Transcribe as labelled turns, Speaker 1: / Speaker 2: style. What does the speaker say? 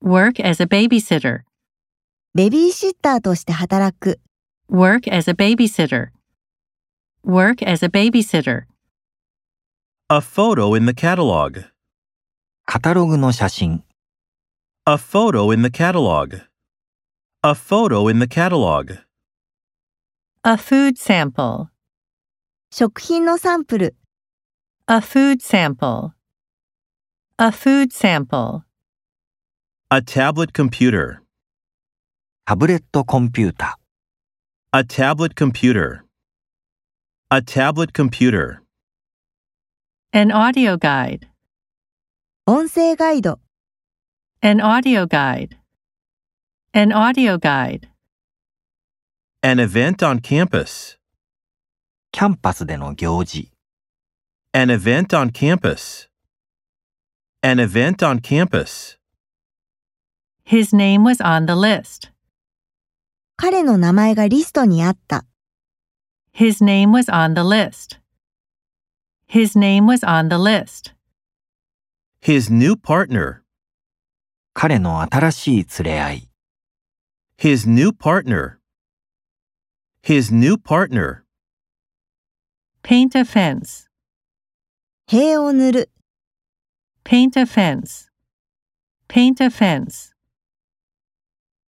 Speaker 1: work as a babysitter,
Speaker 2: ベビーシッターとして働く、
Speaker 1: work as a babysitter, work as a babysitter,
Speaker 3: A photo in the catalog.
Speaker 4: カタログの写真、
Speaker 3: A photo in the catalog. A photo in the catalog.
Speaker 1: a food sample,
Speaker 2: 食品のサンプル、
Speaker 1: a food sample, a food sample,
Speaker 3: A tablet computer.
Speaker 4: タブレットコンピュータ、
Speaker 3: A tablet computer. A tablet computer.
Speaker 1: an audio guide,
Speaker 2: 音声ガイド、
Speaker 1: an audio guide, an audio guide,
Speaker 3: An event on campus.
Speaker 4: キャンパスでの行事、
Speaker 3: An event on campus. An event on campus.
Speaker 1: his name was on the list.
Speaker 2: 彼の名前がリストにあった、
Speaker 1: His name was on the list. His name was on the list.
Speaker 3: His new partner.
Speaker 4: 彼の新しい連れ合い、
Speaker 3: His new partner. His new partner.
Speaker 1: Paint a fence.
Speaker 2: 塀を塗る。
Speaker 1: Paint a fence. Paint a fence.